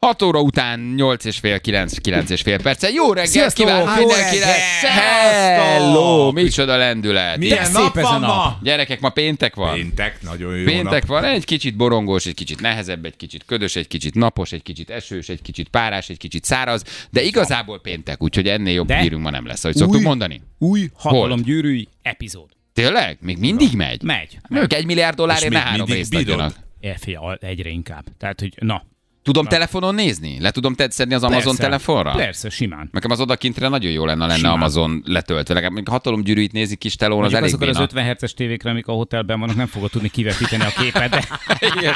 6 óra után 8 és fél, 9, 9 és fél perce. Jó reggelt Sziasztok! kívánok Jó mindenkinek! reggelt! Hello! Micsoda lendület! Milyen Igen. szép ez a nap. Gyerekek, ma péntek van? Péntek, nagyon jó Péntek nap. van, egy kicsit borongós, egy kicsit nehezebb, egy kicsit ködös, egy kicsit napos, egy kicsit esős, egy kicsit párás, egy kicsit száraz, de igazából péntek, úgyhogy ennél jobb De? hírünk ma nem lesz, ahogy szoktuk Új- mondani. Új Volt. hatalomgyűrűi epizód. Tényleg? Még mindig megy? Megy. Ők egy milliárd dollárért És ne még három mindig részt bírod? adjanak. E, figyelj, egyre inkább. Tehát, hogy na. Tudom telefonon nézni? Le tudom tetszedni az Amazon persze. telefonra? Persze, simán. Nekem az odakintre nagyon jó lenne, ha lenne Simán. Amazon letöltve. Legalább mondjuk hatalomgyűrűit nézi kis telón, az Mondjuk elég azokon az béna. 50 herces tévékre, amik a hotelben vannak, nem fogod tudni kivetíteni a képet, de Igen.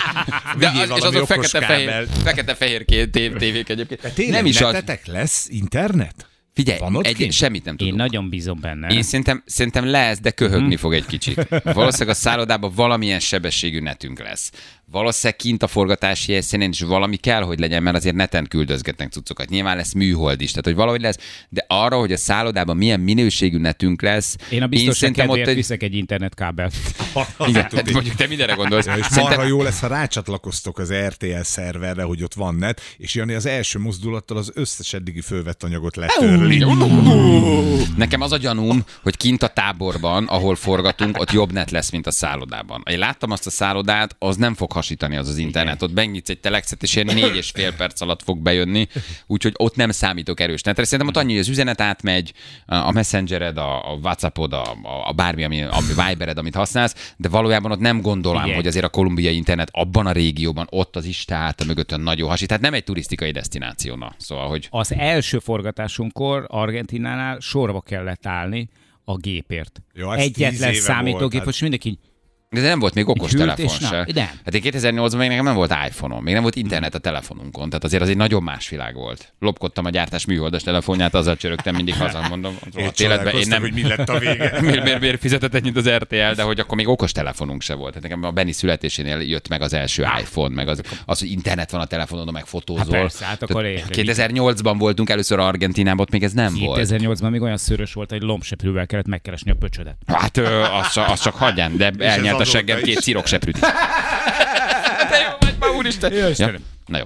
De Vigyél az, és valami azok okos fekete-fehér kábelt. fekete-fehér ké- tév- tévék egyébként. Tényleg, nem is az. nektetek lesz internet? Figyelj, Van ott egy, kint? semmit nem én tudunk. nagyon bízom benne. Én szerintem, szerintem lesz, de Hm. köhögni fog egy kicsit. Valószínűleg a szállodában valamilyen sebességű netünk lesz. Valószínűleg kint a forgatási helyszínen is valami kell, hogy legyen, mert azért neten küldözgetnek cuccokat. Nyilván lesz műhold is, tehát hogy valahogy lesz, de arra, hogy a szállodában milyen minőségű netünk lesz, Én a biztonság szerintem kedvéért ott egy... viszek egy internetkábelt. Igen, hát mondjuk te mindenre gondolsz. Ja, És marha Szerintem jó lesz, ha rácsatlakoztok az RTL szerverre, hogy ott van net, és Jani az első mozdulattal az összes eddigi fölvett anyagot letörli. nekem az a gyanúm, hogy kint a táborban, ahol forgatunk, ott jobb net lesz, mint a szállodában. Én láttam azt a szállodát, az nem fog hasítani az az internet. Ott megnyitsz egy telexet, és ilyen négy és fél perc alatt fog bejönni, úgyhogy ott nem számítok erős netre. Szerintem ott annyi, hogy az üzenet átmegy, a messengered, a a Whatsappod, a, a- a bármi, ami, a Vibered, amit használsz, de valójában ott nem gondolom, Igen. hogy azért a kolumbiai internet abban a régióban, ott az Isten által mögött a nagyon hasít. Tehát nem egy turisztikai destináció, na. Szóval, hogy Az első forgatásunkkor Argentinánál sorba kellett állni a gépért. Jó, ez tíz Egyetlen éve volt, számítógép, hát- most mindenki így De nem volt még okos Gyűlt telefon és nem. se. Nem. Hát én 2008-ban még nekem nem volt iPhone-om, még nem volt internet a telefonunkon, tehát azért az egy nagyon más világ volt. Lopkodtam a gyártás műholdas telefonját, azzal csörögtem mindig haza, mondom, rohadt életben én csodálkoztam, nem... hogy mi lett a vége. Miért, miért, miért fizetett ennyit az RTL, de hogy akkor még okos telefonunk se volt. Hát nekem a Benny születésénél jött meg az első iPhone, meg az, az hogy internet van a telefonodon, meg fotózol. Hát persze, hát akkor Tehát érted. 2008-ban voltunk először Argentinában, ott még ez nem volt. 2008-ban még olyan szörös volt, hogy lombseprűvel kellett megkeresni a pöcsödet. Hát ö, azt, csak- azt csak hagyján, de elnyert a azóta seggem is. két szirokseprűt. De jó vagy ma, úristen! Jó, Istenem. Na jó.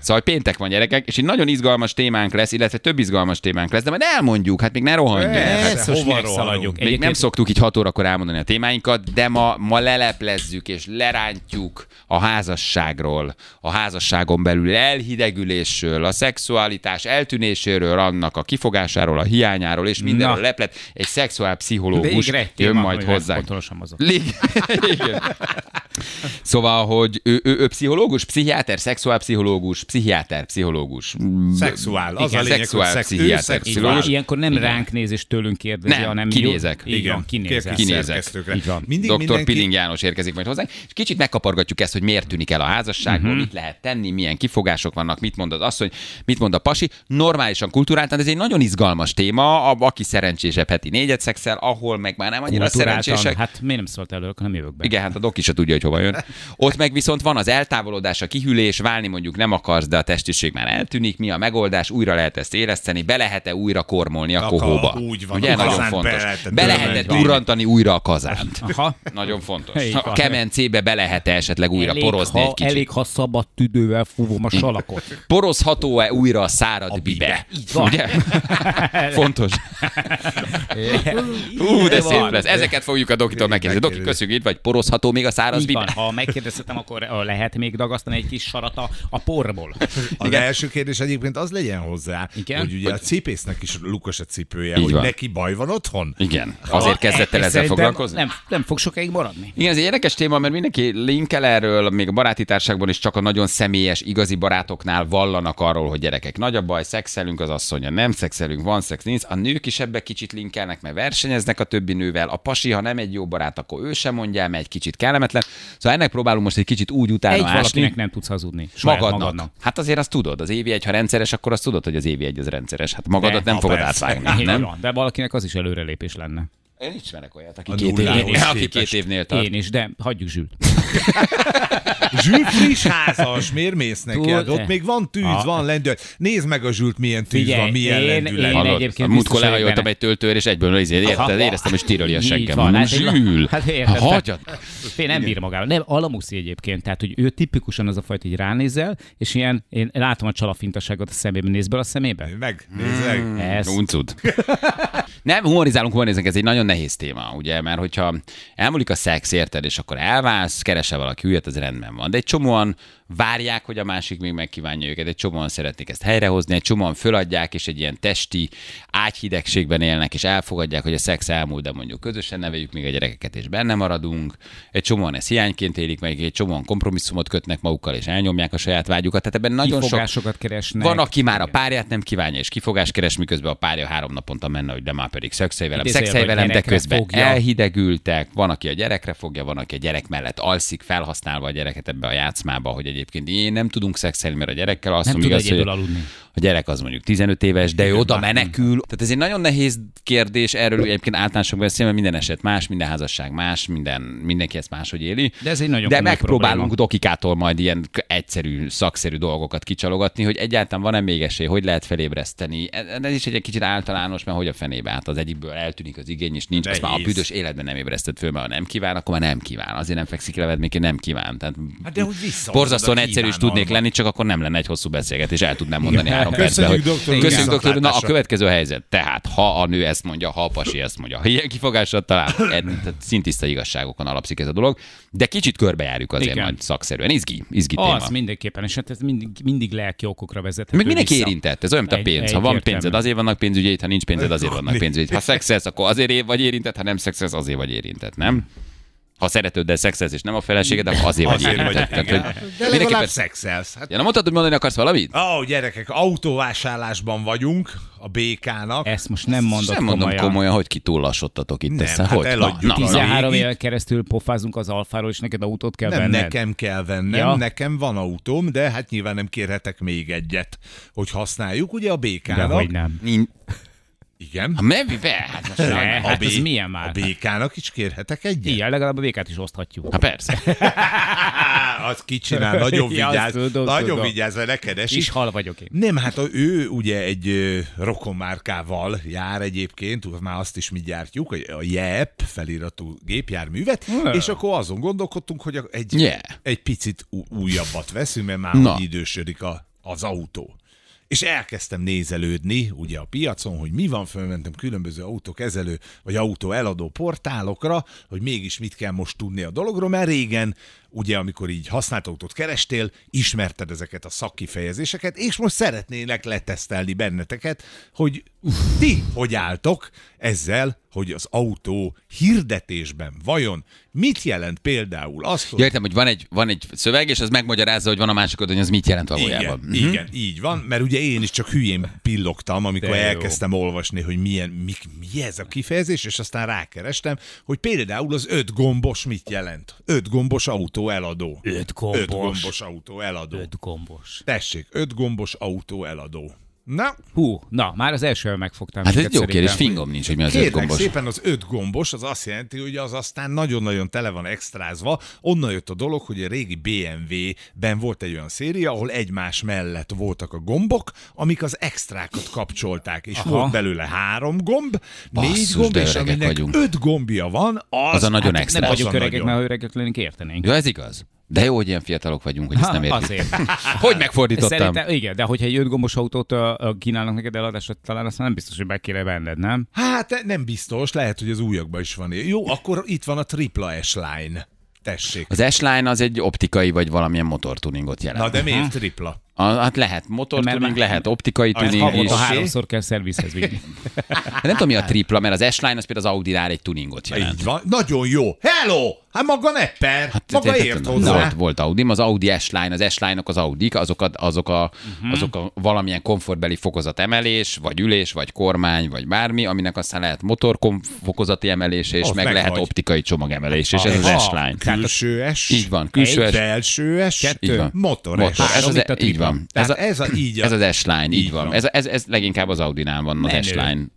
Szóval péntek van, gyerekek, és egy nagyon izgalmas témánk lesz, illetve több izgalmas témánk lesz, de majd elmondjuk, hát még ne rohanjunk. Persze, Hát Ezt most hova minek rohanunk? szaladjuk? Még nem szoktuk így 6 órakor elmondani a témáinkat, de ma, ma leleplezzük és lerántjuk a házasságról, a házasságon belül elhidegülésről, a szexualitás eltűnéséről, annak a kifogásáról, a hiányáról, és mindenről Na. leplet. Egy szexuálpszichológus Végre egy jön téma, majd amivel hozzánk. Fontolosan mozog. Lig- Igen. Szóval, hogy ő, ő, ő pszichológus, pszichiáter, szexuálpszichológus, pszichiáter, pszichológus. Szexuál, az Igen, a lényeg, hogy szexuál szex, ő pszichiáter, Szóval Így van, Pszichológus? szexuális. ilyenkor nem Igen. ránk néz és tőlünk kérdezi, Nem, hanem kinézek. Jó, így van, kinézek. Kinézek. Így van. Mindig Dr. mindenki... Piling János érkezik majd hozzánk, és kicsit megkapargatjuk ezt, hogy miért tűnik el a házasságból, Mhm. uh-huh. mit lehet tenni, milyen kifogások vannak, mit mond az asszony, mit mond a pasi. Normálisan kulturáltan ez egy nagyon izgalmas téma, a, aki szerencsésebb heti négyet szexel, ahol meg már nem annyira Kulturáltan. szerencsések. Hát miért nem szólt elő, nem jövök be. Igen, hát a doki se tudja, hogy hova jön. Ott meg viszont van az eltávolodás, a kihűlés, válni mondjuk nem akarsz, de a testiség már eltűnik, mi a megoldás, újra lehet ezt éleszteni, be lehet-e újra kormolni a A kohóba. ka- úgy van, Ugye, a nagyon kazánt fontos. be lehet-e Be lehet-e törölni. durrantani újra a kazánt. Aha. Nagyon fontos. Így A van. kemencébe be lehet -e esetleg újra elég, porozni ha, egy kicsit? Elég, ha szabad tüdővel fúvom a salakot. Porozható-e újra a szárad a bibe? Így van. Ugye? Fontos. Ú, de Így szép van. lesz. Ezeket fogjuk a dokitól megkérdezni. Doki, köszönjük, itt vagy porozható még a száraz Így van, bibe? ha megkérdeztetem, akkor ö, lehet még dagasztani egy kis sarat a, a porból. Az Igen. első kérdés egyébként az legyen hozzá, Igen? Igen? hogy ugye a cipésznek is lukos a cipője, Így hogy van. neki baj van otthon. Igen. Azért kezdett el ezzel e- Szerintem foglalkozni? Nem, nem fog sokáig maradni. Igen, ez egy érdekes téma, mert mindenki linkel erről, még a baráti társágban is csak a nagyon személyes, igazi barátoknál vallanak arról, hogy gyerekek, nagy a baj, szexelünk az asszonya, nem szexelünk, van szex, nincs. A nők is ebbe kicsit linkelnek, mert versenyeznek a többi nővel. A pasi, ha nem egy jó barát, akkor ő sem mondja, el, mert egy kicsit kellemetlen. Szóval ennek próbálunk most egy kicsit úgy utána Egy ásni. valakinek nem tudsz hazudni. Saját Magadnak. magadnak. Hát azért azt tudod, az évi egy, ha rendszeres, akkor azt tudod, hogy az évi egy az rendszeres. Hát magadat De, nem na fogod persze. átvágni, Így nem? van, De valakinek az is előrelépés lenne. Én ismerek olyat, aki A két, nullához év, aki képest. két évnél tart. Én is, de hagyjuk zsült. Zsült friss házas, miért mész neki? Túl- Hát ott még van tűz, A- van lendület. Nézd meg a zsült, milyen tűz Figyelj, van, milyen én- lendület. én- van. Hallod? egyébként A múltkor biztos vagyok lehajoltam benne. egy töltőre, és egyből izé, érted, Aha. éreztem, hogy stirolja a Így seggem. van, Mondom, hát egy la- Zsül! hát érted, Hát tehát- hagyjad! Fél nem bír magával. Nem, alamuszi egyébként. Tehát, hogy ő tipikusan az a fajta, hogy ránézel, és ilyen, én látom a csalafintaságot a szemében, néz bele a szemébe. Meg, nézd meg. Ez. Uncud. Nem, humorizálunk, humorizálunk, ez egy nagyon nehéz téma, ugye, mert hogyha elmúlik a szex, érted, és akkor elválsz, keresel valaki újat, az rendben van. De egy csomóan várják, hogy a másik még megkívánja őket, egy csomóan szeretnék ezt helyrehozni, egy csomóan föladják, és egy ilyen testi ágyhidegségben élnek, és elfogadják, hogy a szex elmúlt, de mondjuk közösen neveljük még a gyerekeket, és benne maradunk. Egy csomóan ezt hiányként élik meg, egy csomóan kompromisszumot kötnek magukkal, és elnyomják a saját vágyukat. Tehát ebben nagyon sok Kifogásokat keresnek. van, aki már a párját nem kívánja, és kifogás keres, miközben a párja három naponta menne, hogy de már pedig szexelj velem, Idézőjelben, szexelj velem, de gyerekre közben fogja. fogja. elhidegültek. Van, aki a gyerekre fogja, van, aki a gyerek mellett alszik, felhasználva a gyereket ebbe a játszmába, hogy egyébként én nem tudunk szexelni, mert a gyerekkel azt Nem tud mondjuk, egyedül hogy aludni. a gyerek az mondjuk 15 éves, de ő oda menekül. Tehát ez egy nagyon nehéz kérdés, erről egyébként általánosan beszélve, mert minden eset más, minden házasság más, minden, mindenki ezt máshogy éli. De ez egy nagyon De komoly megpróbálunk probléma. dokikától majd ilyen k- egyszerű, szakszerű dolgokat kicsalogatni, hogy egyáltalán van-e még esély, hogy lehet felébreszteni. Ez ez is egy kicsit általános, mert hogy a fenébe, hát az egyikből eltűnik az igény, és nincs, azt már a Nehéz. büdös életben nem ébresztett föl, mert ha nem kíván, akkor már nem kíván. Azért nem fekszik le, mert nem kíván. Tehát Hát de hogy vissza Borzasztóan oda egyszerű is kívánalma. tudnék lenni, csak akkor nem lenne egy hosszú beszélgetés, el tudnám mondani három percben. Köszönjük, Hogy... doktor úr, Köszönjük, doktor úr. Na, a viszontlátásra. következő helyzet. Tehát, ha a nő ezt mondja, ha a pasi ezt mondja, ha ilyen kifogással talál, ed- tehát szintiszta igazságokon alapszik ez a dolog, de kicsit körbejárjuk azért Igen. Igen. majd szakszerűen. Izgi, izgi téma. Az mindenképpen, és hát ez mindig, mindig lelki okokra vezethető Meg mindenki vissza. érintett, ez olyan, mint a Egy- pénz. Ha van egyértelmű. pénzed, azért vannak pénzügyeid, ha nincs pénzed, azért vannak pénzügyeid. Ha szexelsz, akkor azért é- vagy érintett, ha nem szexelsz, azért vagy érintett, nem? Ha szeretőddel szexelsz, és nem a feleséged, akkor azért, Azért vagy vagy, érintett. igen. Tehát, hogy De mindenképpen- legalább szexelsz. Hát Ja, nem mondtad, hogy mondani akarsz valamit? Ó, oh, gyerekek, autóvásárlásban vagyunk, a BK-nak. Ezt most nem mondod Sem mondom komolyan, komolyan hogy ki túllasodtatok itt Nem, ezen. hát Hogy? Na, eladjuk na, a- na. 13 Végig. éven keresztül pofázunk az alfáról, és neked autót kell Nem venned. nekem kell vennem, Ja. ja. nekem van autóm, de hát nyilván nem kérhetek még egyet, hogy használjuk, ugye a De BK-nak. hogy nem. Nincs- Igen. Ha mevi be, hát most Ne, nem. hát ez B- milyen már? A BK-nak is kérhetek egyet? Igen, legalább a vékát is oszthatjuk. Ha Hát persze. Á, az kicsinál, nagyon Ja, azt vigyázz, tudom, nagyon tudom. vigyázz, mert neked És esik. hal vagyok én. Nem, hát a- ő ugye egy ö, rokonmárkával jár egyébként, ugye már azt is mi gyártjuk, a- a JEP feliratú gépjárművet, és akkor azon gondolkodtunk, hogy a- egy, Yeah. egy picit ú- újabbat veszünk, mert már Na. úgy idősödik a, az autó. És elkezdtem nézelődni ugye a piacon, hogy mi van, fölmentem különböző autókezelő vagy autó eladó portálokra, hogy mégis mit kell most tudni a dologról, mert régen, ugye amikor így használt autót kerestél, ismerted ezeket a szakkifejezéseket, és most szeretnének letesztelni benneteket, hogy ti hogy álltok ezzel, hogy az autó hirdetésben vajon mit jelent például az, hogy Ja, értem, hogy van egy, van egy szöveg, és az megmagyarázza, hogy van a másik oldalon, hogy az mit jelent valójában. Igen, mm-hmm. igen, így van, mert ugye én is csak hülyén pillogtam, amikor De jó. elkezdtem olvasni, hogy milyen, mik, mi ez a kifejezés, és aztán rákerestem, hogy például az öt gombos mit jelent. Öt gombos autó eladó. Öt gombos. Öt gombos autó eladó. Öt. Öt gombos. Tessék, öt gombos autó eladó. Na, Hú, na, már az elsővel megfogtam. Hát ez minket egy jó kérdés, szerintem. fingom nincs, hogy mi az öt Kérlek gombos. szépen az öt gombos, az azt jelenti, hogy az aztán nagyon-nagyon tele van extrázva. Onnan jött a dolog, hogy a régi BMW-ben volt egy olyan széria, ahol egymás mellett voltak a gombok, amik az extrákat kapcsolták, és Aha. volt belőle három gomb, négy Basszus, gomb, de és öregek aminek vagyunk. öt gombja van, az, Az a nagyon hát extra. Nem az vagyunk a öregek, nagyon. mert ha öregek lennénk, értenénk. Jó, ez igaz. De jó, hogy ilyen fiatalok vagyunk, hogy ezt nem Ha, értjük. Azért. Hogy megfordítottam? Szerintem, igen, de hogyha egy öt gombos autót ö, ö, kínálnak neked eladásra, talán azt már nem biztos, hogy meg kéne venned, nem? Hát nem biztos, lehet, hogy az újakban is van. ilyen. Jó, akkor itt van a tripla S-line. Tessék. Az S-Line az egy optikai vagy valamilyen motortuningot Na jelent. de miért tripla? A, hát lehet motortuning, Mert- lehet optikai tuning is. Havonta Oké. háromszor kell szervizhez vinni. Hát Nem tudom, mi a tripla, mert az S-Line az például az Audinál egy tuningot jelent. Így van. Nagyon jó. Hello! Hát maga nepper. Hát, maga Tehát ért érted, hozzá. Volt, volt Audi, az Audi S-Line, az S-Line-ok az Audik, azok a, azok, a, uh-huh. azok a valamilyen komfortbeli fokozat emelés, vagy ülés, vagy kormány, vagy bármi, aminek aztán lehet motor kom- fokozati emelés, és Ott meg, meg lehet vagy. optikai csomagemelés, és ez Aha. az S-Line. Hát Külső S. Így van, külső Egy S, belső S. így van. Motor, S. motor. Ez Három, az, mint a így tripla. van. Ez Tehát a, ez a, így a, ez az e- S-Line, így így van. van. Ez, ez, ez leginkább az Audinál van az Menő. S-Line. ügyes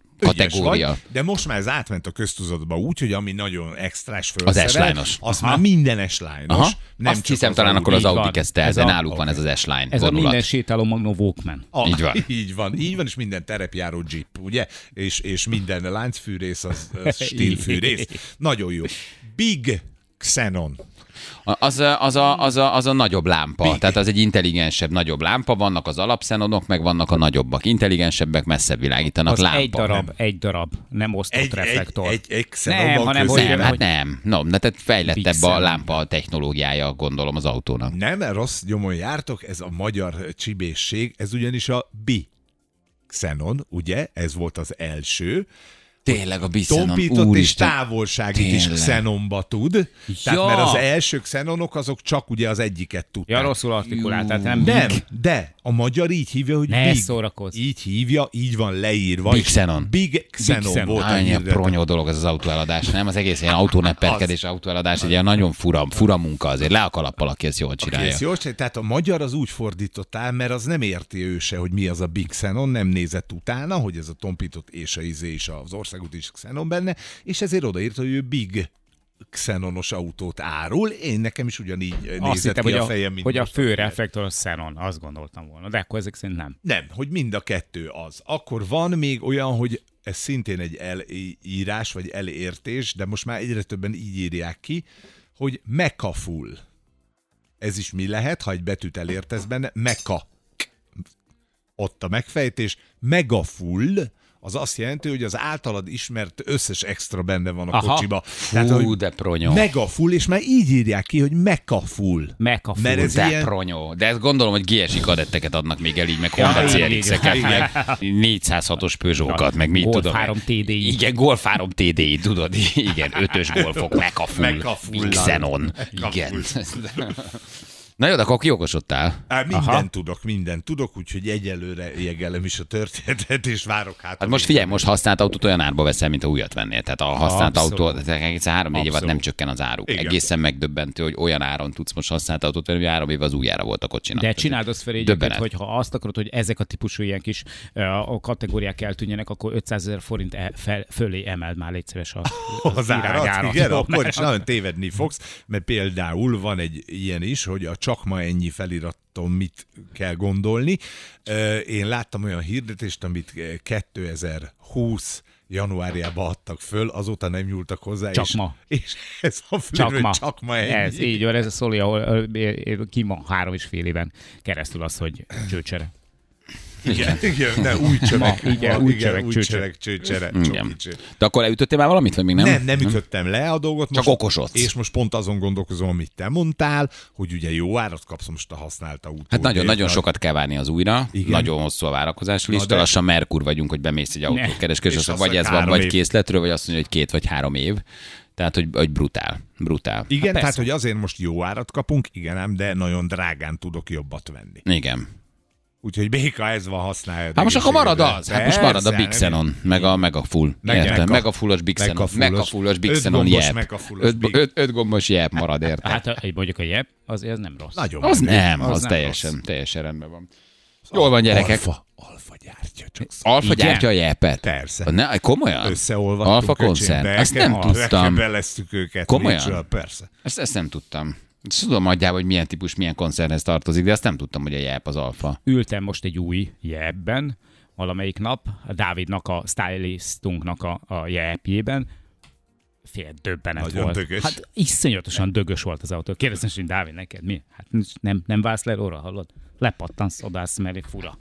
Kategória. Vagy, de most már ez átment a köztudatba úgy, hogy ami nagyon extrás Az fölszerelt, S-line-os. Az már minden eslányos. Nem Azt hiszem talán akkor az Így Audi van. kezdte el, Ez de a- náluk van oké. ez az S-line Ez a minden vonulat. sétáló Magno Walkman. A, Így van. Így van, így van, és minden terepjáró jeep, ugye? És, és minden láncfűrész, az, az stílfűrész. Nagyon jó. Big Xenon. A- Az, a- az, a, az, a, az a nagyobb lámpa, tehát az egy intelligensebb, nagyobb lámpa, vannak az alapszenonok, meg vannak a nagyobbak. Intelligensebbek messzebb világítanak Az lámpa. egy darab, egy darab, nem osztott Egy, egy, reflektor. egy, egy Xenon Nem, van hanem középen. Nem, hogy- hát nem. No, de tehát fejlettebb a Pixel. lámpa technológiája, gondolom, az autónak. Nem rossz nyomon jártok, ez a magyar csibészség, ez ugyanis a bi Xenon, ugye? Ez volt az első. Tényleg a Biszonon, Tompított és úristen. távolságit is Tényleg. Xenonba tud. Tehát Ja. mert az első Xenonok azok csak ugye az egyiket tudták. Ja, rosszul artikulált, tehát nem, Nem, de a magyar így hívja, hogy Ne Big. szórakozz. Így hívja, így van leírva. Big és Xenon. Big Xenon Xenon. volt a Hány hirdetés. pronyó dolog ez az autóeladás, nem? Az egész ilyen autónepperkedés, autóeladás, egy ilyen nagyon fura, fura munka azért. Le a kalappal, aki ezt jól csinálja. Kész, jó, se- tehát a magyar az úgy fordított el, mert az nem érti ő se, hogy mi az a Big Xenon, nem nézett utána, hogy ez a tompított és a izé és az országút is Xenon benne, és ezért odaírta, hogy ő Big Xenonos autót árul. Én nekem is ugyanígy nézett azt hittem, ki hogy a, a, fejem, mint hogy a most fő reflektor a Xenon, azt gondoltam volna, de akkor ezek szerint nem. Nem, hogy mind a kettő az. Akkor van még olyan, hogy ez szintén egy elírás, vagy elértés, de most már egyre többen így írják ki, hogy mekaful. Ez is mi lehet, ha egy betűt elértesz benne? Meka. Ott a megfejtés. Megafull, az azt jelenti, hogy az általad ismert összes extra benne van a Aha. kocsiba. Hú, de pronyó. megafull, és már így írják ki, hogy mekafull. Mecha full. Mert ez De ilyen- ilyen... pronyó. Hát De ezt gondolom, hogy GSI kadetteket adnak még el így, meg Honda Ja, igen, CRX-eket, igen. meg 406-os Peugeot-kat, meg mit Golf tudom. 3 TDI. Igen, Golf 3 TDI, tudod? Igen, ötös golfok, mekafull, Megafull. Xenon. Igen. Na jó, de akkor kiokosodtál. Á, minden tudok, minden tudok, úgyhogy egyelőre jegelem is a történetet, és várok hát. Hát most figyelj, most használt autót olyan árba veszel, mint ha újat vennél. Tehát a használt Abszolút. autó, tehát egészen három-négy év alatt Abszolút. nem csökken az áruk. Igen. Egészen megdöbbentő, hogy olyan áron tudsz most használt autót venni, hogy három év az újjára volt a kocsinak. De csináld azt fel egyébként, Hát, Döbbenet. hogyha azt akarod, hogy ezek a típusú ilyen kis uh, a kategóriák eltűnjenek, akkor 500 ezer forint e, fel, fölé emeld már légy szíves a, az árat, irányárat. igen, Jó, akkor mert- is nagyon tévedni fogsz, mert például van egy ilyen is, hogy a csak ma ennyi feliraton mit kell gondolni. Ö, Én láttam olyan hirdetést, amit eh, 2020 januárjában adtak föl, azóta nem nyúltak hozzá. Csak és, ma. És ez a film, Csak ma. csak ma ennyi. Ez, így van, ez a Szoli, ahol ö, ö, ö, ki van három és fél éven keresztül az, hogy csőcsere. igen, igen, de új csövek. Ma, igen, ma, új igen, csövek, új csőcsere. csövek, csőcsere, Igen. csokicső. De akkor leütöttél már valamit, vagy még nem? Nem, nem ütöttem le a dolgot. Csak okosodsz. És most pont azon gondolkozom, amit te mondtál, hogy ugye jó árat kapsz most a használt autót. Hát nagyon-nagyon sokat kell várni az újra, Igen. Igen. nagyon hosszú a várakozás de- lista, lassan Merkur vagyunk, hogy bemész egy autókereskedés, És azt vagy azt mondják, ez van, három vagy év. készletről, vagy azt mondja, hogy két vagy három év. Tehát, hogy, hogy brutál, brutál. Igen, Hát tehát persze. hogy azért most jó árat kapunk, igen ám, de nagyon drágán tudok jobbat venni. Igen. Úgyhogy béka ez van használja. Hát most akkor marad az, hát most marad a Big Persze, nem- Xenon, meg a Mega Full. Meg Érted? Mega. Mega Fullos Big Mega Xenon, fullos. Mega Fullos Big Öt Xenon gombos jep. Mega fullos Öt, Big- öt, öt gombos jep marad, érted? Hát Hát egy mondjuk a jeb, azért ez nem rossz. Nagyon Az menő. nem, az az nem teljesen, teljesen rendben van. Jól van, gyerekek. Alfa, alfa gyártja csak szó. Alfa Igen? gyártja a jepet? Persze. Ne, komolyan? Összeolvadtunk. Alfa öcsém, koncern. de Azt nem elke- tudtam. elkebeleztük őket. Komolyan? micsoda, Persze. Ezt, ezt nem tudtam. Ezt tudom adjába, hogy milyen típus, milyen koncernhez tartozik, de azt nem tudtam, hogy a jelp az alfa. ültem most egy új jebben, valamelyik nap, a Dávidnak, a stylistunknak a, a jebjében, fél döbbenet Nagyon volt. dögös. Hát iszonyatosan dögös volt az autó. Kérdeztem, hogy Dávid, neked mi? Hát nem, nem válsz le róla, hallod? Lepattansz, odász, mert fura.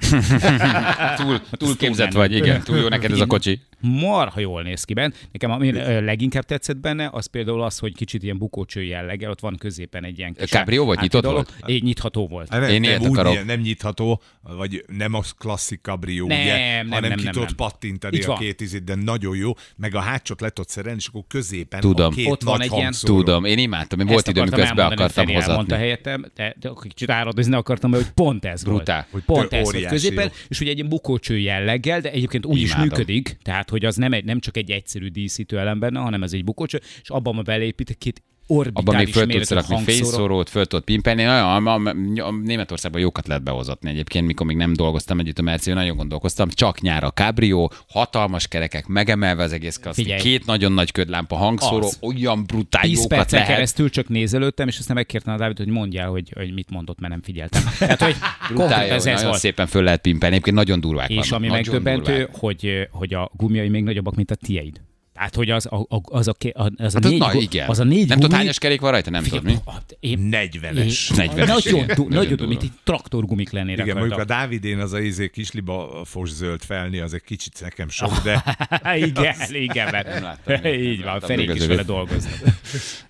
Túl, túl képzett menő. vagy, igen. Túl jó neked ez a kocsi. Marha jól néz ki benne. Nekem ami ö, leginkább tetszett benne, az például az, hogy kicsit ilyen bukócső jelleggel, ott van középen egy ilyen kis... Cabrio vagy? Nyitott átidaló. Így nyitható volt. Hát nem, Én nem, ilyet úgy, akarok. ilyen- nem nyitható, vagy nem az klasszik kabrió, Nem, ugye, nem, hanem nem, ki nem, tudod nem. pattintani Így a van. két izét, de nagyon jó, meg a hátsót le tudod szerelni, és akkor középen Tudom. a két Ott van nagy egy ilyen- hangszóró. Tudom, én imádtam, én volt Ezt időm, akartam amikor ezt be akartam elmondani, Feri elmondta hozatni. helyettem, de, de kicsit áradozni akartam, mert hogy pont ez Brutál. volt. Hogy pont tök ez volt óriási középen, jó. és ugye egy ilyen bukócső jelleggel, de egyébként úgy Imádom. is működik, tehát hogy az nem, egy, nem csak egy egyszerű díszítő elem benne, hanem ez egy bukócső, és abban ma beleépít két orbitális abban még föl tudsz méretű rakni hangszóró. fényszórót, föl tudod pimpelni. Nagyon, a, a, a, Németországban jókat lehet behozatni egyébként, mikor még nem dolgoztam együtt a Mercivel, nagyon gondolkoztam. Csak nyára kábrió, hatalmas kerekek, megemelve az egész kaszt, Figyelj. két nagyon nagy ködlámpa hangszóró, Az. olyan brutál 10 jókat percen lehet. keresztül csak nézelődtem, és aztán megkértem a Dávid, hogy mondjál, hogy, hogy mit mondott, mert nem figyeltem. Tehát, hogy Brutál konkrétan jó, ez, ez nagyon volt. szépen föl lehet pimpelni, egyébként nagyon durvák És vannak, ami nagyon megdöbbentő, durvák. hogy, hogy a gumiai még nagyobbak, mint a tieid. Tehát, hogy az a, a, az a, ké- a, az a Hát az, négy, na, gu- igen. az a négy nem gumi, tudod, hányas kerék van rajta? Nem tudod, mi? Én, 40-es. én- 40-es, Nagyon, igen. du- Nagyon nagyon durva. durva, mint egy traktorgumik lennének. Igen, rajta. mondjuk a Dávidén az a izé kisliba fos zöld felni, az egy kicsit nekem sok, de igen, igen, mert Nem láttam még, így nem van, láttam Ferék még is az vele övé. dolgoznak.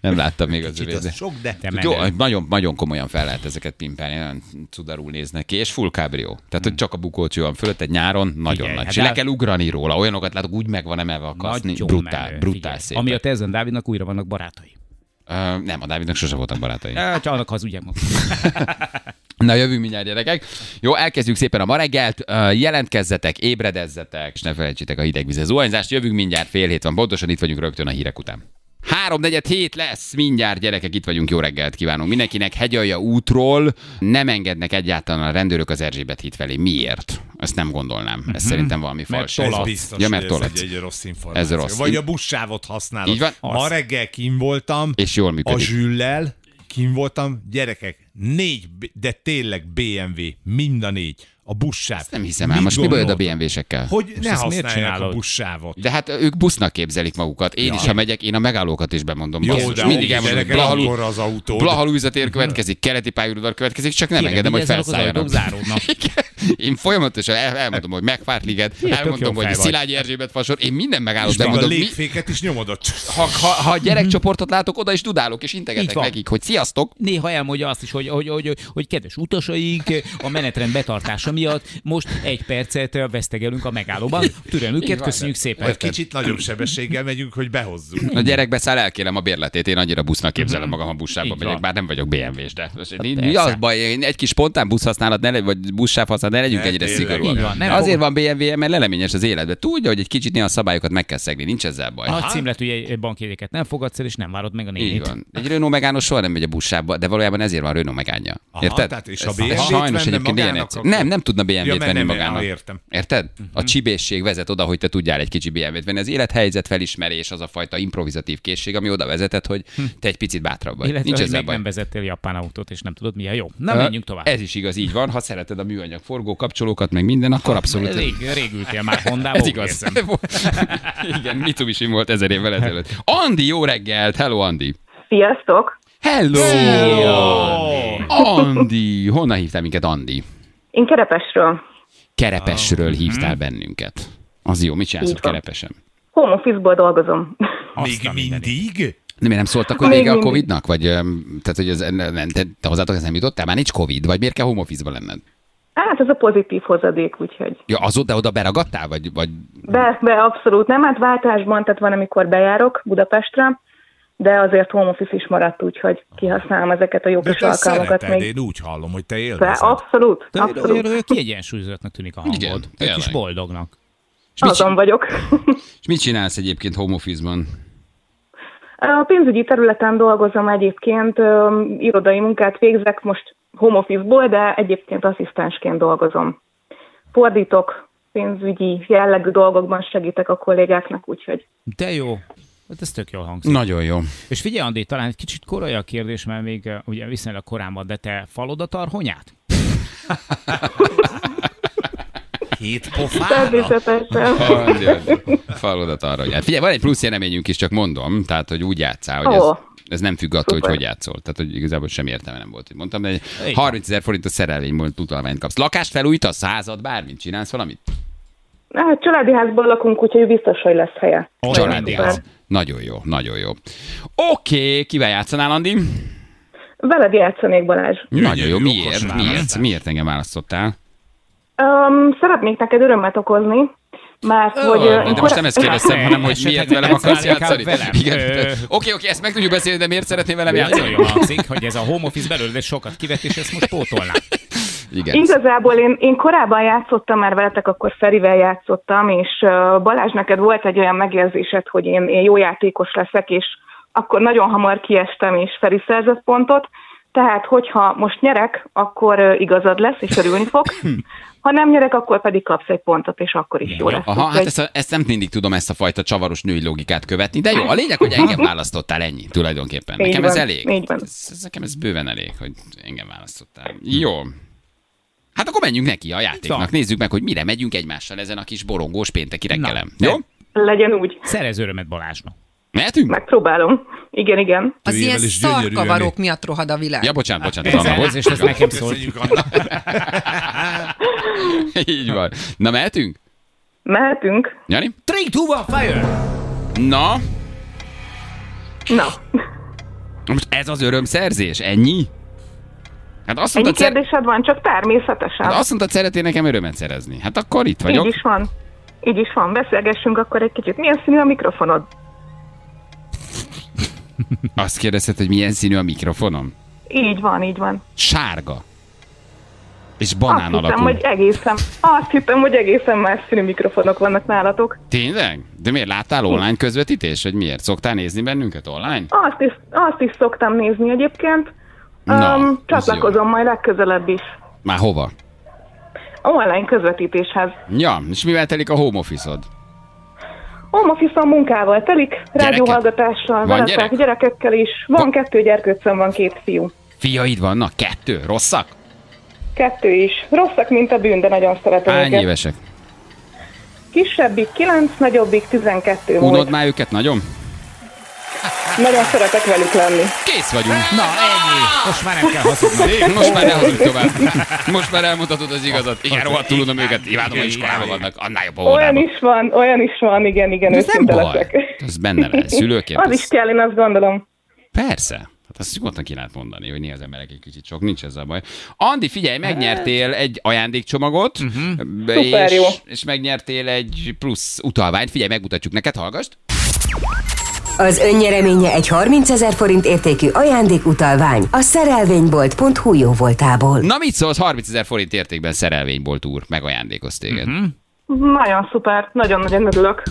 Nem láttam még az kicsit övét. az de- sok, de De Jó, menő. nagyon, nagyon komolyan fel lehet ezeket pimpelni, nagyon cudarul néznek ki, és full kábrió. Tehát, hogy csak a bukócső van fölött egy nyáron, nagyon Hmm. Figyelj, nagy. hát És le el- kell ugrani róla, olyanokat látok, úgy meg van emelve a kaszni, Nagyon brutál, menő, brutál figyelj. szép. Ami a Tezen Dávidnak újra vannak barátai. Ö, nem, a Dávidnak sose voltak barátai. Hát csak annak hazudják magukat. Na, jövünk mindjárt, gyerekek. Jó, elkezdjük szépen a ma reggelt. Ö, Jelentkezzetek, ébredezzetek, és ne felejtsétek a hidegvizes zuhanyzást. Jövünk mindjárt, fél hét van pontosan, itt vagyunk rögtön a hírek után. Háromnegyed hét lesz, mindjárt gyerekek, itt vagyunk, jó reggelt kívánunk mindenkinek. Hegyalja útról nem engednek egyáltalán a rendőrök az Erzsébet híd felé. Miért? Ezt nem gondolnám. Ez szerintem valami fals. Mhm. ez Ez biztos, Ja, hogy mert ez tolat. egy, egy rossz információ. Ez rossz. Vagy a buszsávot használod. Így van. Ma Az. reggel kim voltam, És jól a működik. zsüllel, kim voltam, gyerekek, négy, B- de tényleg BMW, mind a négy, a buszsáv. Nem hiszem el, most mi bajod a BMW-sekkel? Hogy ne ezt miért használják a csinálod? buszsávot. De hát ők busznak képzelik magukat. Én ja. is, ha megyek, én a megállókat is bemondom. Jó, Basszus, de mindig elmondom, hogy Blaha Lu- akkor az autó. Blahalújza tér következik, keleti pályaudvar következik, csak nem engedem, hogy Vigyázzanak, az felszálljanak. ajtók záródnak. Igen. Én folyamatosan el, elmondom, hogy megfárt liget, tök elmondom, jó hogy fej vagy. Szilágyi Erzsébet fasor, én minden megállót És még a bemondom. Mi, légféket is nyomod a ha, ha, ha a gyerekcsoportot látok, oda is tudálok, és integetek Így van. nekik, hogy sziasztok, Néha elmondja azt is, hogy, hogy, hogy, hogy, hogy kedves utasaink, a menetrend betartása miatt most egy percet vesztegelünk a megállóban. Türelmüket köszönjük szépen. Vagy kicsit nagyobb sebességgel megyünk, hogy behozzuk. A gyerek beszáll, elkérem a bérletét, én annyira busznak képzelem magam, ha buszsába Mhm. Így megyek, van. Hát bár nem vagyok BMW-s, de most mi- mi persze. az baj, én egy kis spontán buszhasználat, ne legy, vagy buszsáv használat, ne legyünk Ne, egyre tényleg. szigorúak. Így van, nem Azért fogom. van BMW, mert leleményes az életbe. Tudja, hogy egy kicsit néha a szabályokat meg kell szegni, nincs ezzel baj. Nagy címletű jegy- bankjegyeket nem fogadsz el, és nem várod meg a Így négyét. van. Egy Renault Megános soha nem megy a buszsába, de valójában ezért van Renault Megánja. Aha, Érted? tehát és ha Ez- BMW-t sajnos venne egyébként ilyen magának, egyszerű. akkor- Nem, nem tudna BMW-t Ja, venni mert nem, magának. ah, értem. Mhm. Érted? A csibészség vezet oda, hogy te tudjál egy kicsi BMW-t venni. Az élethelyzet felismerés az a fajta improvizatív készség, ami oda vezetett, hogy Hm. te egy picit bátrabb vagy. Illetve, Nincs hogy ezzel még baj. nem vezettél japán autót, és nem tudod, mi a jó. Na, Ö, menjünk tovább. Ez is igaz, így van. Ha szereted a műanyag forgó kapcsolókat, meg minden, akkor abszolút. Rég, rég ültél már Hondába. Ez úgy igaz. érzem. Igen, Mitsubishi volt ezer évvel ezelőtt. Andi, jó reggelt! Hello, Andi! Sziasztok! Hello! Ó, Andi! Honnan hívtál minket, Andi? Én Kerepesről. Kerepesről hívtál bennünket. Az jó, mit csinálsz Így ott van. Kerepesen? Home office-ból dolgozom. Még mindig? Nem, miért nem szóltak, hogy Még vége a mindig. Covid-nak? Vagy, öm, tehát, hogy ez, nem, te, te hozzátok ez nem jutottál? Már nincs Covid? Vagy miért kell home office-ba lenned? Hát ez a pozitív hozadék, úgyhogy. Ja, azóta oda beragadtál? Vagy, vagy... Be, be abszolút nem, hát váltásban, tehát van, amikor bejárok Budapestre, de azért home office is maradt, úgyhogy kihasználom ezeket a jó De kis te alkalmakat szereted, még. én úgy hallom, hogy te De élvezed. abszolút, De ő- abszolút. ő- ő kiegyensúlyozottnak tűnik a Igen, hangod. Ők is tényleg. boldognak. És mit, Azon csin- vagyok. és mit csinálsz egyébként home office-ban? A pénzügyi területen dolgozom egyébként, öm, irodai munkát végzek most home office-ból, de egyébként asszisztensként dolgozom. Fordítok, pénzügyi jellegű dolgokban segítek a kollégáknak, úgyhogy De jó. Hát ez tök jól hangzik. Nagyon jó. És figyelj, Andi, talán egy kicsit korai a kérdés, mert még eh, ugye viszonylag korán van, de te falod a tarhonyát? Hét pofára? természetesen. Falodat arra, hogy hát. Figyelj, van egy plusz jeleményünk is, csak mondom, tehát, hogy úgy játszál, hogy Ó. ez, ez nem függ attól, hogy Szuper. hogy játszol. Tehát, hogy igazából semmi értelme nem volt, hogy mondtam, de egy Igen. 30 ezer forint a szerelvény múlt utalványt kapsz. Lakást felújítasz, házad, bármit csinálsz valamit? Hát családi házban lakunk, úgyhogy biztos, hogy lesz helye. Családi szuper. ház. Nagyon jó, nagyon jó. Oké, kivel játszanál, Andi? Veled játszanék, Balázs. Nagyon jó, okos miért? választás. Miért? Miért engem választottál? Um, szeretnék neked örömet okozni, mert hogy... ö, De most nem ezt kérdeztem, Hát, hanem hogy esetleg miért velem inkább akarsz játszani. velem. Igen, Ö. tehát- Oké, oké, ezt meg tudjuk beszélni, de miért szeretnél velem Nagyon játszani? jól hangzik, hogy ez a home office belőle sokat kivett, és ezt most pótolná. Igen. Igazából én, én korábban játszottam már veletek, akkor Ferivel játszottam, és ö, Balázs, neked volt egy olyan megérzésed, hogy én, én jó játékos leszek, és akkor nagyon hamar kiestem és Feri szerzett pontot, tehát hogyha most nyerek, akkor ö, igazad lesz, és örülni fog. Ha nem nyerek, akkor pedig kapsz egy pontot, és akkor is jó lesz. Aha, hát Úgyhogy- ezt, ezt nem mindig tudom ezt a fajta csavaros női logikát követni, de jó, a lényeg, hogy engem választottál, ennyi tulajdonképpen. Így Nekem ez van, elég. így van. Ez, ez, nekem ez bőven elég, hogy engem választottál. Jó. Hát akkor menjünk neki a játéknak. Nézzük meg, hogy mire megyünk egymással ezen a kis borongós pénteki reggelem. Na, Jó? Legyen úgy. Szerez örömet Balázsnak. Mehetünk? Megpróbálom. Igen, igen. Az Tűjjel ilyen is gyönyörű szarkavarok jönni. miatt rohad a világ. Ja, bocsánat, bocsánat, az Anna Ez volt. és ez nekem szólt. Köszönjük, Anna. Így van. Na, mehetünk? Mehetünk? Jani? 3, 2, 1, fire! Na, Na, most ez az örömszerzés, ennyi? Hát azt ennyi mondtad, szer- kérdésed van, csak természetesen. hát azt mondtad, szeretnél nekem örömet szerezni. Hát akkor itt Így vagyok. is van. Így is van. Beszélgessünk akkor egy kicsit. Milyen színű a mikrofonod? Azt kérdezted, hogy milyen színű a mikrofonom? Így van, így van. Sárga. És Azt banán hittem, alakú. hogy egészen, azt hittem, hogy egészen más színű mikrofonok vannak nálatok. Tényleg? De miért láttál Hm. online közvetítés, vagy miért? Szoktál nézni bennünket online? Azt is, azt is szoktam nézni egyébként. Na, Öm, ez csatlakozom majd legközelebb is. Már hova? A online közvetítéshez. Ja, és mivel telik a home office-od? Home office munkával telik, rádióhallgatással, Van veletek, gyerek? gyerekekkel is. Van Van- kettő gyerkőcöm, van két fiú. Fiaid vannak? Kettő? Rosszak? Kettő is. Rosszak, mint a bűn, de nagyon szeretem Hány őket. évesek? Kisebbik 9, nagyobbik 12 Unod múlt. már őket nagyon? Nagyon szeretek velük lenni. Kész vagyunk. Na, ennyi. Most már nem kell hazudni. Most már nem hazudj tovább. Most már elmutatod az igazat. Igen, rohadtul tudom őket. Imádom, hogy iskolában vannak. Annál jobb a Olyan óvodában. is van, olyan is van, igen, igen, Ez nem őszinte baj. leszek. Ez benne lesz. Szülőként. Az ez- is kell, én azt gondolom. Persze. Hát azt nyugodtan ki lehet mondani, hogy néha az emberek egy kicsit sok, nincs ezzel baj. Andi, figyelj, megnyertél egy ajándékcsomagot, uh-huh. Hát. Mhm. Szuper, és, jó. és megnyertél egy plusz utalványt. Figyelj, megmutatjuk neked, hallgast. Az önnyereménye egy 30 ezer forint értékű ajándékutalvány a szerelvénybolt.hu jó voltából. Na mit szólsz, 30 ezer forint értékben szerelvénybolt úr megajándékoz téged. Mhm. Uh-huh. Nagyon szuper, nagyon-nagyon örülök.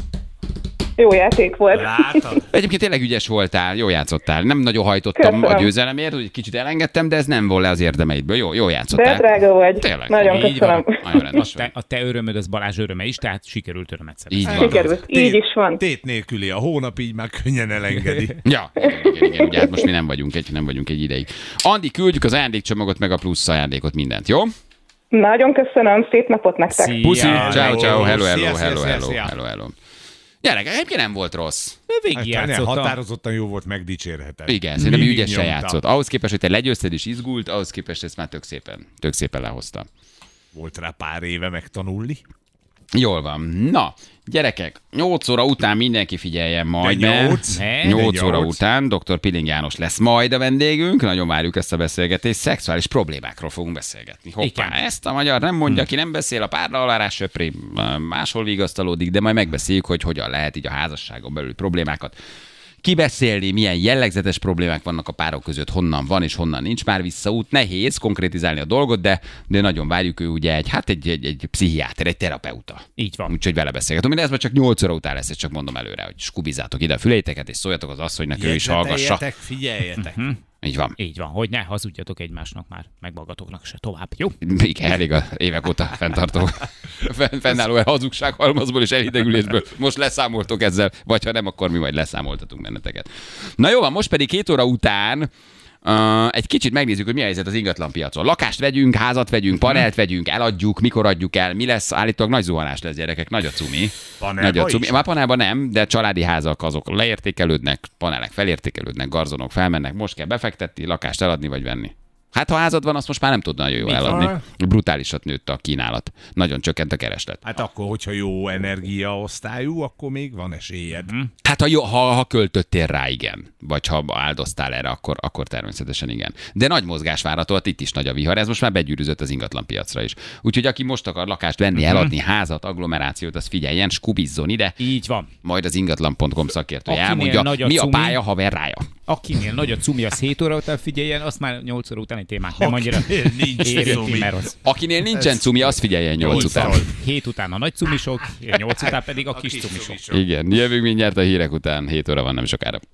Jó játék volt. Látod? Egyébként tényleg ügyes voltál, jól játszottál. Nem nagyon hajtottam Köszönöm. a győzelemért, hogy kicsit elengedtem, de ez nem volt le az érdemeidből. Jó, jól játszottál. De drága vagy. Tényleg. Nagyon Így köszönöm. van. Nagyon rendes Te, vagy. a te örömöd az Balázs öröme is, tehát sikerült örömet szerezni. Így van. Sikerült, így is van. Tét nélküli, a hónap így már könnyen elengedi. Hát, Ja, igen, igen, igen, ugye hát most mi nem vagyunk egy, nem vagyunk egy ideig. Andi, küldjük az ajándékcsomagot, meg a plusz ajándékot, mindent, jó? Nagyon köszönöm, szép napot nektek. Szia. Puszi, Ja, ciao, jó, ciao, jó. hello, hello, Szia, szia, hello, szia, hello, szia. hello, hello. Gyerek, egyébként nem volt rossz. Végig Hát, játszottam. határozottan jó volt, megdicsérheted. Igen, szerintem ő Mindig ügyesen nyomta. játszott. Ahhoz képest, hogy te legyőzted és izgult, ahhoz képest ezt már tök szépen, tök szépen lehozta. Volt rá pár éve megtanulni. Jól van. Na, gyerekek, 8 óra után mindenki figyeljen majd. De mert nyolc? Ne? 8 óra Nyolc. után dr. Piling János lesz majd a vendégünk, nagyon várjuk ezt a beszélgetést, szexuális problémákról fogunk beszélgetni. Hoppá, Igen. ezt a magyar nem mondja, ki nem beszél, a párra alárás söpri, máshol vigasztalódik, de majd megbeszéljük, hogy hogyan lehet így a házasságon belül problémákat kibeszélni, milyen jellegzetes problémák vannak a párok között, honnan van és honnan nincs már visszaút. Nehéz konkrétizálni a dolgot, de, de nagyon várjuk, ő ugye egy, hát egy, egy, egy pszichiáter, egy terapeuta. Így van. Úgyhogy vele beszélgetünk. Mindez már csak 8 óra után lesz, ezt csak mondom előre, hogy skubizzátok ide a füleiteket, és szóljatok az asszonynak, ő is hallgassa. Mhm. Jegyzeteljetek, figyeljetek. Így van. Így van, hogy ne hazudjatok egymásnak már, meg magatoknak se tovább, jó? Még elég a évek óta fenntartó, fenn- fennálló hazugság halmazból és elhidegülésből. Most leszámoltok ezzel, vagy ha nem, akkor mi majd leszámoltatunk benneteket. Na jó van, most pedig két óra után Uh, egy kicsit megnézzük, hogy mi a helyzet az ingatlan piacon. Lakást vegyünk, házat vegyünk, Mhm. panelt vegyünk, eladjuk, mikor adjuk el, mi lesz. Állítólag nagy zuhanás lesz, gyerekek, nagy a cumi. Panelba nagy a cumi. is? Már panelban nem, de családi házak azok leértékelődnek, panelek felértékelődnek, garzonok felmennek. Most kell befektetni, lakást eladni vagy venni. Hát ha házad van, azt most már nem tud nagyon jól eladni. Brutálisat nőtt a kínálat. Nagyon csökkent a kereslet. Hát akkor, hogyha jó energiaosztályú, akkor még van esélyed. Hát ha, jó, ha, ha költöttél rá, igen. Vagy ha áldoztál erre, akkor, akkor természetesen igen. De nagy mozgás várható, hát itt is nagy a vihar. Ez most már begyűrűzött az ingatlan piacra is. Úgyhogy aki most akar lakást venni, eladni, házat, agglomerációt, az figyeljen, skubizzon ide. Így van. Majd az ingatlan.com szakértője Akinél nagy elmondja, a mi a cumi. pálya haverrája. Akinél nagy a cumi, az 7 óra után figyeljen, azt már 8 óra utáni témák nem annyira Akinél nincs érinti, cumi. mert az Akinél nincsen cumi, az figyeljen 8 után. 7 után a nagy cumisok, 8 után pedig a kis cumisok. Igen, jövünk mindjárt a hírek után, 7 óra van nem sokára.